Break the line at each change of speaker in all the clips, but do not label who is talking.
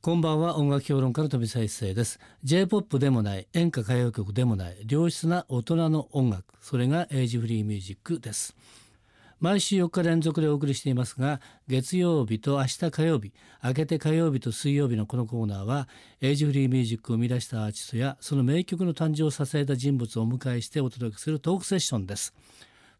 こんばんは音楽評論家の富澤一世です J-POP でもない演歌歌謡曲でもない良質な大人の音楽それがエイジフリーミュージックです毎週4日連続でお送りしていますが月曜日と明日火曜日明けて火曜日と水曜日のこのコーナーはエイジフリーミュージックを生み出したアーティストやその名曲の誕生を支えた人物をお迎えしてお届けするトークセッションです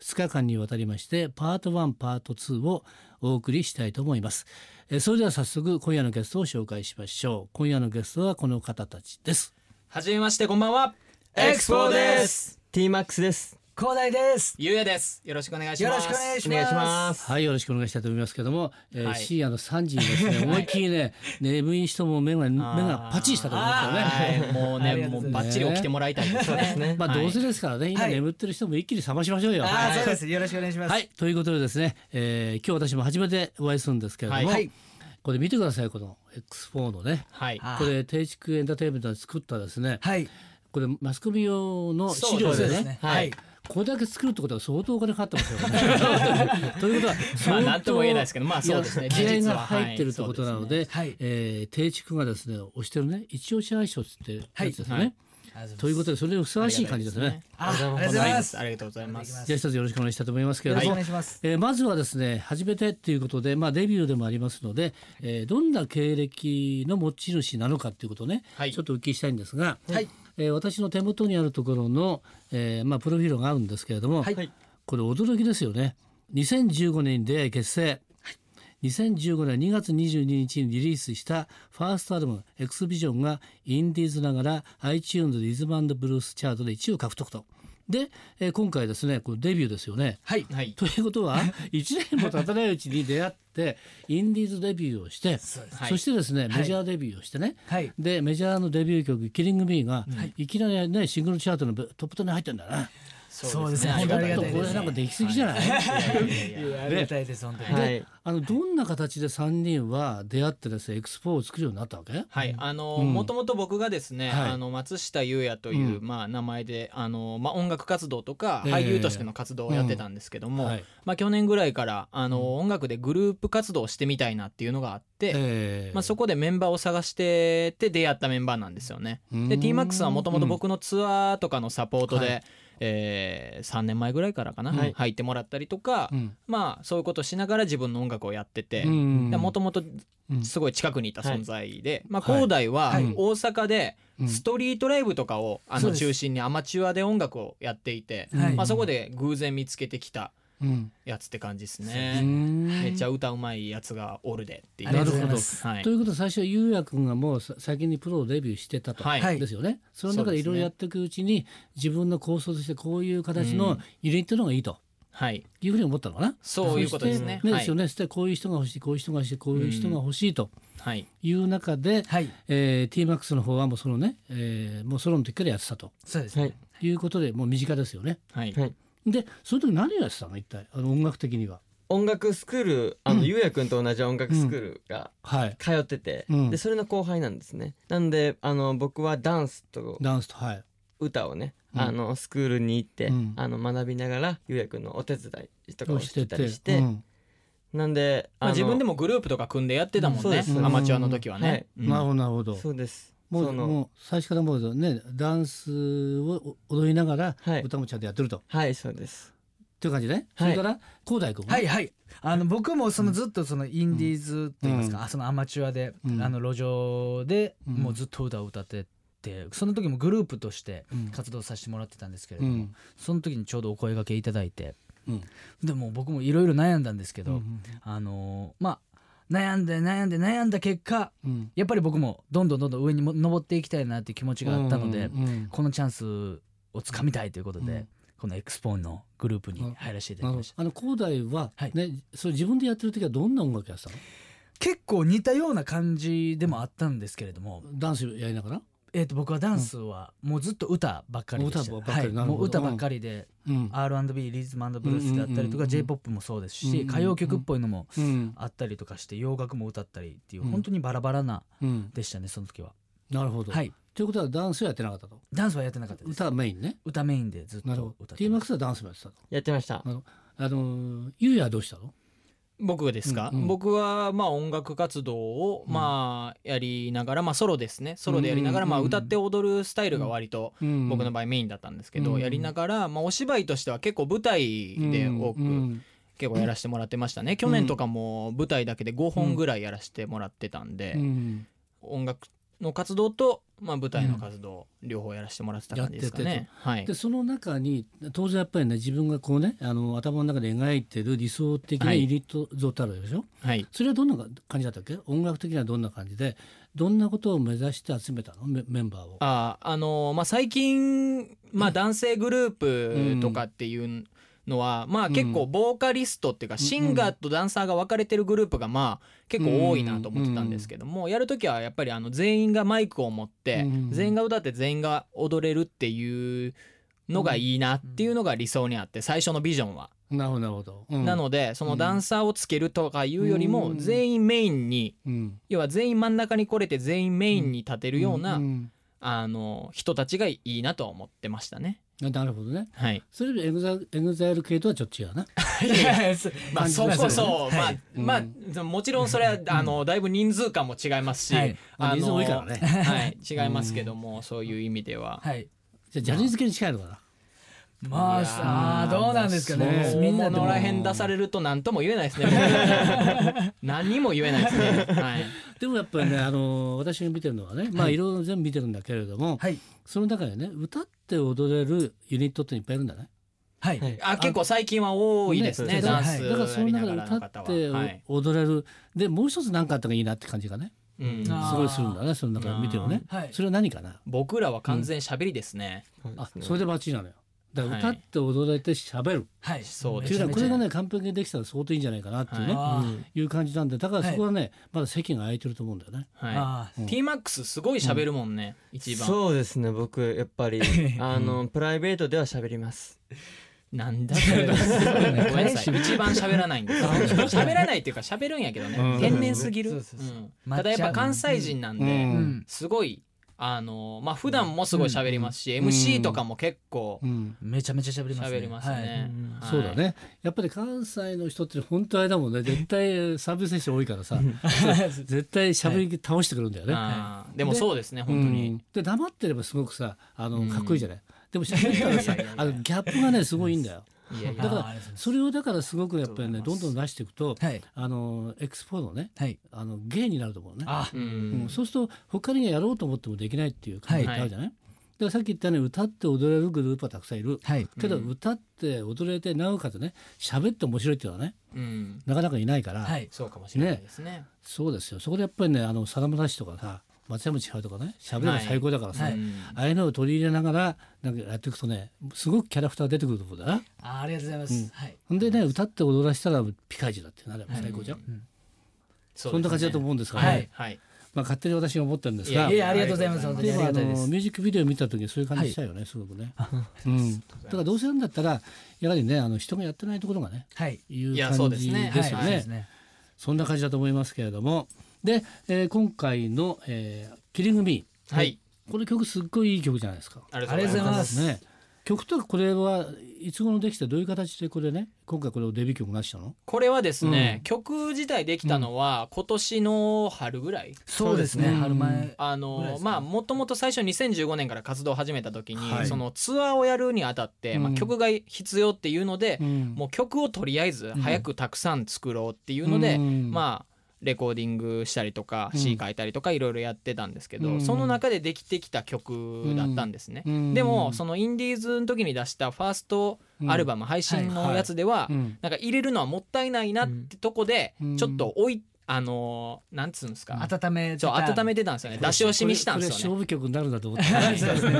2日間にわたりましてパート1パート2をお送りしたいと思いますえーそれでは早速今夜のゲストを紹介しましょう今夜のゲストはこの方たちです
はじめましてこんばんは
エクスポです T マックスです
広大です。
ゆうやですよろしくお願いし
よ
ます
ろしくお願いし
お
ます。
願いします
はいよろしくお願いしたいと思いますけども、えー
はい
深夜の3時にですね思いっきりね眠い人も目が目がパチンしたと思いますよね
はいもう
あり
ね
がと
も
う
う
ございま
バ
す
ッチリ起きてもらいたいですね
ね
まあどうせですからね、今
はい
眠ってる人も一気に覚ましましょうよ。
あ
は
あ、
い
そうです。よろしくお願いします。
はい、ということでですね、えー今日私も初めてお会いするんですけれども、
はい
はい
これ見てくださいこの X4 のね
はい
あ
これ定築エンターテインメントが作ったですね、
はい。
これマスコミ用の資料
そ
で
うで
ね
す
ね
は
はいい。
これだけ作るってことは相当お金かかってますよ ね。ということは相当
まあなんとも言えないですけどまあそうです
い
ね
や気合
事実
が
ははい
入ってるってことなので、
そうですねはい
えー、定築がですね推してるね一押し愛称ってやつですね。
はいはい
ということでそれにふさわしい感じですね。
あありがとうご
あ
ざ
りが
い
とうございま
ますす。
ありがとうございます
じゃあ一つよろしくお願いしたいと思いますけれ
よ
ど
ろしくお
も、
願いします。
えーまずはですね初めてっていうことで、まあ、デビューでもありますので、えーどんな経歴の持ち主なのかっていうことをね、
はい
ちょっとお聞きしたいんですが、
はい
えー私の手元にあるところの、えーまあ、プロフィールがあるんですけれども、
はい
これ驚きですよね2015年に出会い結成、2015年2月22日にリリースしたファーストアルバム「エクスビジョン」がインディーズながら iTunes リズムブルースチャートで1位を獲得と。で、えー今回ですねこれデビューですよね。
はい。
はい
ということは1年も経たないうちに出会ってインディーズデビューをしてそ
そうです
はい
してですねメジャーデビューをしてね、
はい
でメジャーのデビュー曲「キリング・ミー」がいきなりねシングルチャートのトップ10に入ってんだな。
そうですね。
あり
本
が
当
た
あ
い
り
で
が
ちょっとこれ
す
たいです。
なんかできすぎじゃない、
いやありがたいです本当に。
はい
あのどんな形で3人は出会ってですねエクスポを作るようになったわけ
はい、あのもともと僕がですね、
はい
あの松下優也という、まあ、名前であの、まあ、音楽活動とか
ええ
俳優としての活動をやってたんですけども、
うんはい
まあ、去年ぐらいからあの、音楽でグループ活動をしてみたいなっていうのがあって、
え
まあ、そこでメンバーを探してて出会ったメンバーなんですよね。
うーん
で TMAX はもともと僕のツアーとかのサポートで、
は
えー3年前ぐらいからかな、
はい
入ってもらったりとか、
うん
まあそういうことをしながら自分の音楽をやってて。
うん
もともと
うん
すごい近くにいた存在で、まあ
はい
広大は
はい
大阪で
うん
ストリートライブとかをあ
そう
の
です
中心にアマチュアで音楽をやっていて、
はい
まあそこで偶然見つけてきた
うん
やつって感じです
う
ね。
ん
めっちゃ歌うまいやつがおるでっていう。
あり
なる
がとうご
ほど
ざいま。す
はい
ということは最初はゆうやくんがもうさ先にプロをデビューしてたと、
はい
はい
ですよね。その中でいろいろやっていくうちに自分の構想としてこういう形
う
の
ん
ユニットの方がいいと
はい、
いうふうに思ったのかな。
そういうことですね
そして
はい
ですよね。そしてこういう人が欲しいこういう人が欲しいこういう人が欲しいと
はい、
いう中で、
はい。
えー、T-MAX の方はもうそのね、えーもうソロの時からやってたと
そうです
は
ね。
い
いうことでもう身近ですよね。
はい、
はい
でその時何をやってたの一体あの音楽的には。
音楽スクールあの、ゆうやくんと同じ音楽スクールが
はい。
通ってて、
うん
でそれの後輩なんですねなんであの僕はダンスと
ダンスとはい。
歌をね、
うん
あのスクールに行って、
うん
あの学びながらゆうやくんのお手伝いとかをしてたりして
うん
なんで、
まあ、自分で
も
もグループとか組んでやってたもん
そう
ね
ですそうです
アマチュアの時はね、
はい
うん
なるほどなるほど。
そうです
もう
その
もう最初からもうねダンスを踊りながら
はい
歌もちゃんとやってると、
はいそうです
っていう感じね、それから広大君も
はいはい。あの僕もそのずっとそのインディーズと言いますか、あそのアマチュアで、
うん
あの路上で
うん
もうずっと歌を歌ってて、その時もグループとして
うん
活動させてもらってたんですけれ
う
ども、
ん
その時にちょうどお声掛けいただいて、
うん
でも僕もいろいろ悩んだんですけ
う
ど、
ん
あのーまあ悩んで悩んで悩んだ結果
うん
やっぱり僕もどんどんどんどん上にも登っていきたいなっていう気持ちがあったので、
うんうん
このチャンスをつかみたいということで、
うん
このエクスポーンのグループに入らせていた
な
だ
る
き
ほ
ま
ど
した
あの広大は、
はい
ねそれ自分でやってる時はどんな音楽やってたの
結構似たような感じでもあったんですけれども、
ダンスやりながら、
えー、と僕はダンスはもうずっと歌ばっかりでし
歌
た、
ばっかり
はい
なるほど
もう歌ばっかりで、
うん
R&B リズムブルースだ
う
ったりと
んうんうんう
か
ん
j p o p もそうですし、
うんうんうん
歌謡曲っぽいのも
うん
あったりとかして洋楽も歌ったりっていう、
うん
本当にバラバラな
うん、
でしたねその時は。
なるほど、
はい
ということはダンスはやってなかったと
ダンスはやってなかったです
歌はメインね
歌メインでずっ
なる
と
ほど
歌ってま
TMAX はダンスもやってたと
やってました
なるほどあのゆうやはどうしたの
僕ですか、
うんうん
僕はまあ音楽活動をまあやりながら、まあソロですねソロでやりながら、
うんうんうんうん
まあ歌って踊るスタイルが割と僕
場
の場合メインだったんですけ
うん
ど、
うん
やりながら、まあ、お芝居としては結構舞台で多く、結構やらせてもらってましたね、去年とかも舞台だけで5本ぐらいやらせてもらってたんで、音楽の活動と、まあ、舞台の活動、両方やらせてもらってた感じですか
やって
ね。はい
でその中に当然やっぱりね自分がこうねあの頭の中で描いてる理想的な
はい
ユニット像たるでしょ、
はい
それはどんな感じだったっけ音楽的にはどんな感じでどんなことを目指して集めたのメメンバーを。
あーあのーまあ、最近、まあ、男性グループとかっていうのは、まあ、結構ボーカリストっていうか、シンガーとダンサーが分かれてるグループがまあ結構多いなと思ってたんですけども、やる時はやっぱりあの全員がマイクを持って、
うん
全員が歌って全員が踊れるっていうのがいいなっていうのが理想にあって最初のビジョンは。
なるほどなるほど。うん
なのでそのダンサーをつけるとかいうより
う
も
ん
全員メインに
うん
要は全員真ん中に来れて全員メインに立てるような、
ん
あの人たちがいいなとは思ってましたね。
うんなるほどね。
はい、
それよりエグザエグザイル系とはちょっと違うな。
まあ
感じ
そ
ま
う
す
そうそう、
はい
まあ、
う
まあ、もちろんそれはあのだいぶ人数感も違いますし、
はい
まあ
あの
人数多いからね。
はい、違いますけども、そういう意味では。
はい
じゃあジャニーズ系に近いのかな。
いや
まあ
ー
さあどうなんですかね
そう
大
みんなで
物
も
らへん出されると何とも言えないですね。何にも言えないですね。はい。
でもやっぱりねあの私が見てるのはねまあ
はい
いろいろ全部見てるんだけれども、
はい
その中でね歌って踊れるユニットっていっぱいいるんだね。
はい
はい
あ、結構最近は多いですね。
ね
ダン
そ
ス
う
だからそ
や
の
りな
中で
がらの
歌
方
っ
は。
て
はい。
踊れるでもう一つ何かあったのがいいなって感じがね
うん。
あー
すごいするんだねその中で見てもね。
はい
それは何かな
僕らは完全喋りですね。
あ
そうですね
それでバッチリなのよ。だから歌
はい
って踊れて喋る
はい
そう
っ
で
てい
す
うのは
め
こ
ち
れ
ゃ
が
め
ね完璧にできたら相当いいんじゃないかなっていうね、
あー
い、う感じなんでだからそこはね、まだ席が空いてると思うんだよね。
は
あー
い。T マックスすごい喋るもんね。一番。
そうですね僕やっぱ りあのプライベートでは喋ります
なんだ それ。ごめんなさい。一番喋らないんです。喋らないっていうか喋るんやけど
う
ね。
ん
天然すぎる。
そううそうそうんまっ
ただやっぱ関西人なん
う
で
ん。
うん
すごいあのまあ普段もすごい喋りますし、
うん
MC とかも結構
うん
めちゃめちゃ喋りますね
喋りますね。はい
そうだ。ねやっぱり関西の人って本当あれだもん ね絶対サービス選手多いからさ絶対しゃべり倒してくるんだよね。
あーでもそうですね本当
うん
に。
で黙ってればすごくさあ
う
の
ん
かっこいいじゃない、でもしゃべったらさ
いやいやいや
あのギャップがねすごいいいんだよ。
いやい
だか
や。
ら
あーありがとうございます
それをだからすごくやっぱりね
ありがと
ど
うんござ
どん
い
出していくと
はい
あのエクスポのね
はい
あの芸になると思うね。
あ
う
うんん、。そうすると他にやろうと思ってもできないっていう考えってあるじゃない、だからさっき言ったように歌って踊れるグループはたくさんいる
はい
けど
うん
歌って踊れてなおかつね喋って面白いっていうのはね
うん。
なかなかいないから、
はい
そうかもしれないですね。
そうですよそこでやっぱりねあのさだまさしとかさ松山千春とかね喋れば最高だからさ、
は
う
い
ん
ああいうのを取り入れながらなんかやっていくとねすごくキャラクター出てくると思うんだな。
あーありがとうございま
うん
すはい
ほんでね歌って踊らせたらピカイチだってなれば最高じゃん、
うん
そんな感じだと思うんですから、ね
はい
はい。
まあ、勝手に私が思ってるんですが
いやいやありがとうございます
ありがとうございます
本当に
でもあの
ありがたいです
ミュージックビデオ見た時にそういう感じしたよね、すごくね。うん、だからどうせなんだったらやはりねあの人がやってないところがね
はい
いう
いやそ
感
うです
じ
ね
ですよ
はいそうです
ね。
ね
そんな感じだと思いますけれどもで、えー今回の、えー「キリング・ミー」
はい。
この曲すっごいいい曲じゃないですか。
あり
ありがとうございます
ね曲とかこれはいつ頃できてどういう形でこれね今回これをデビュー曲に出したの
これはですね、
うん
曲自体できたのは今年の春ぐらい。
そうですね
うん
春
あ
前ぐらい
の
ですか
まあもともと最初2015年から活動を始めた時に、
はい
そのツアーをやるにあたって、ま
う
あ、
ん
曲が必要っていうので、も
も
う曲をとりあえず早くたくさん作ろうっていうので、
あ
まあレコーディングしたりとか
うん
詞書いたりとかいろいろやってたんですけど、
うん
その中でできてきた曲だったんですね。でもそのインディーズの時に出したファーストアルバム、配信のやつでは、
ム
なんか入れるのはもったいないなってとこで、
うん
ちょっと置いあのーなんつうんですか、
温め
そう温めてたんですよね出し惜しみしたんですよ
こ
ね。
れこれ勝負曲になるんだと思って
はい
そうですね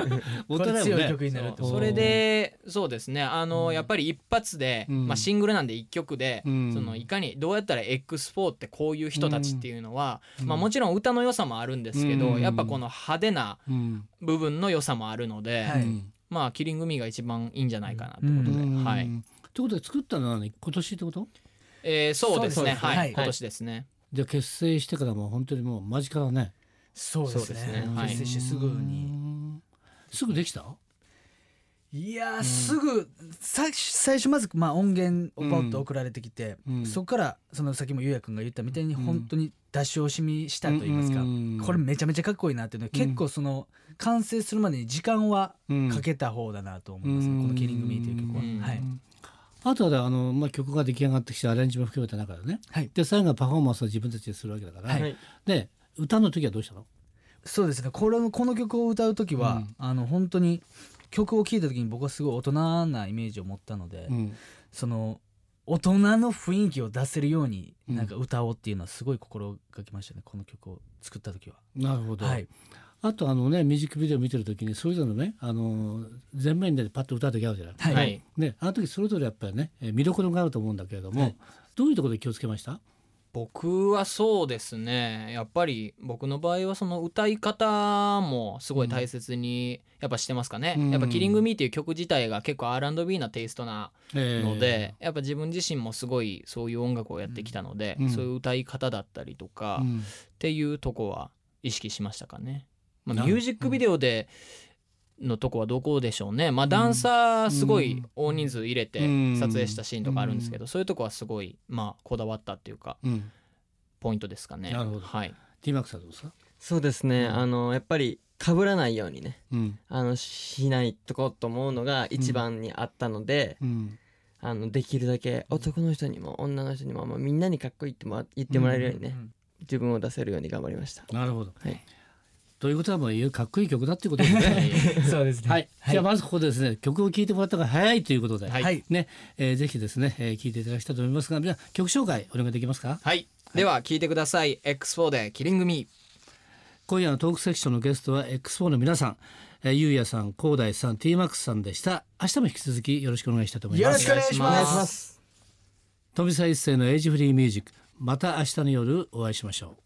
お
これ
互いも
強い
ね
曲になる
そう
と
それでそうですねあの、やっぱり一発で、
うん
まあ、シングルなんで一曲で、
うん
そのいかにどうやったら X4 ってこういう人たちっていうのは、
うん
まあ、もちろん歌の良さもあるんですけど、
うん
やっぱこの派手な
うん
部分の良さもあるので、
はい
まあキリングミーが一番いいんじゃないかなと、
うん
うん
はい
ということで作ったのは何今年ってこと
えーそうですね
そうですね
はい、
はい
今年ですね、
じゃあ結成してからもう本当にもう間近だね
そうです
そうですね
ね
はい
結成してすぐ
う
に
んすぐできた
いやーすぐさ最初まず、まあ、音源をポッと送られてきて、
うん
そこからそのさっきもゆうやくんが言ったみたいに
うん
本当に出し惜しみしたと言いますか、
うん
これめちゃめちゃかっこいいなっていうのは結構その完成するまでに時間は
うん
かけた方だなと思いますね、
うん
この「キリング・ミー」という曲は。
うん
はい
あとはねあの、まあ、曲が出来上がってきてアレンジも含めた中でね、
はい
で最後はパフォーマンスを自分たちでするわけだから、
はい
はい
で歌の時はどうしたの
そうですねこれのこの曲を歌う時
う
は、
ん
あの本当に曲を聴いた時に僕はすごい大人なイメージを持ったので、
うん
その大人の雰囲気を出せるように
うん
なんか歌おうっていうのはすごい心がけましたねこの曲を作った時は。
なるほど、
はい、
あとあのねミュージックビデオ見てる時にそれぞれのねあの前面でパッと歌う時あるじゃない、
はい
はい
ね、あの時それぞれやっぱりねえー見どころがあると思うんだけれども、
はい
どういうところで気をつけました
僕はそうですねやっぱり僕の場合はその歌い方もすごい大切にやっぱしてますかね、
うん
やっぱ「キリング・ミー」っていう曲自体が結構 R&B なテイストなの
の
で、やっぱ自分自身もすごいそういう音楽をやってきたので、
うん
そういう歌い方だったりとか、
う
っ
ん
ていうとこは意識しましたかね、ま
な
あ、
る
ミュージックビデオでのとこはどこでしょうねまあダンサーすごい大人数入れて
うん
撮影したシーンとかあるんですけど、そういうとこはすごいまあこだわったっていうか
うん、
ポイントですかね
なるほど
はい、
ティーマックさんどうですか、
そうですね、あのやっぱり被らないようにね
うん
あのしないとこと思うのが一番にあったので、
うん
あのできるだけ男の人にも女の人にも、まあ、みんなにかっこいいってもら言ってもらえるようにね、自分を出せるように頑張りました。
なるほど、
はい
ということはもうかっこいい曲だっていうことですね。
そうですね。
はい、じゃあまずここでですね曲を聴いてもらった方が早いということで、
はい
はい
ねえーぜひですね、えー、聴いていただきたいと思いますがじゃあ曲紹介お願いできますか
はい、では聞いてください X4 で「キリング・ミー」
今夜のトークセクションのゲストは X4 の皆さん、えー、ゆうやさん広大さん t マックスさんでした明日も引き続きよろしくお願いしたいと思い
よ
ま
ろ
す
しくお願いします。
お願いします
富澤一世のエイジフリーミュージックまた明日の夜お会いしましょう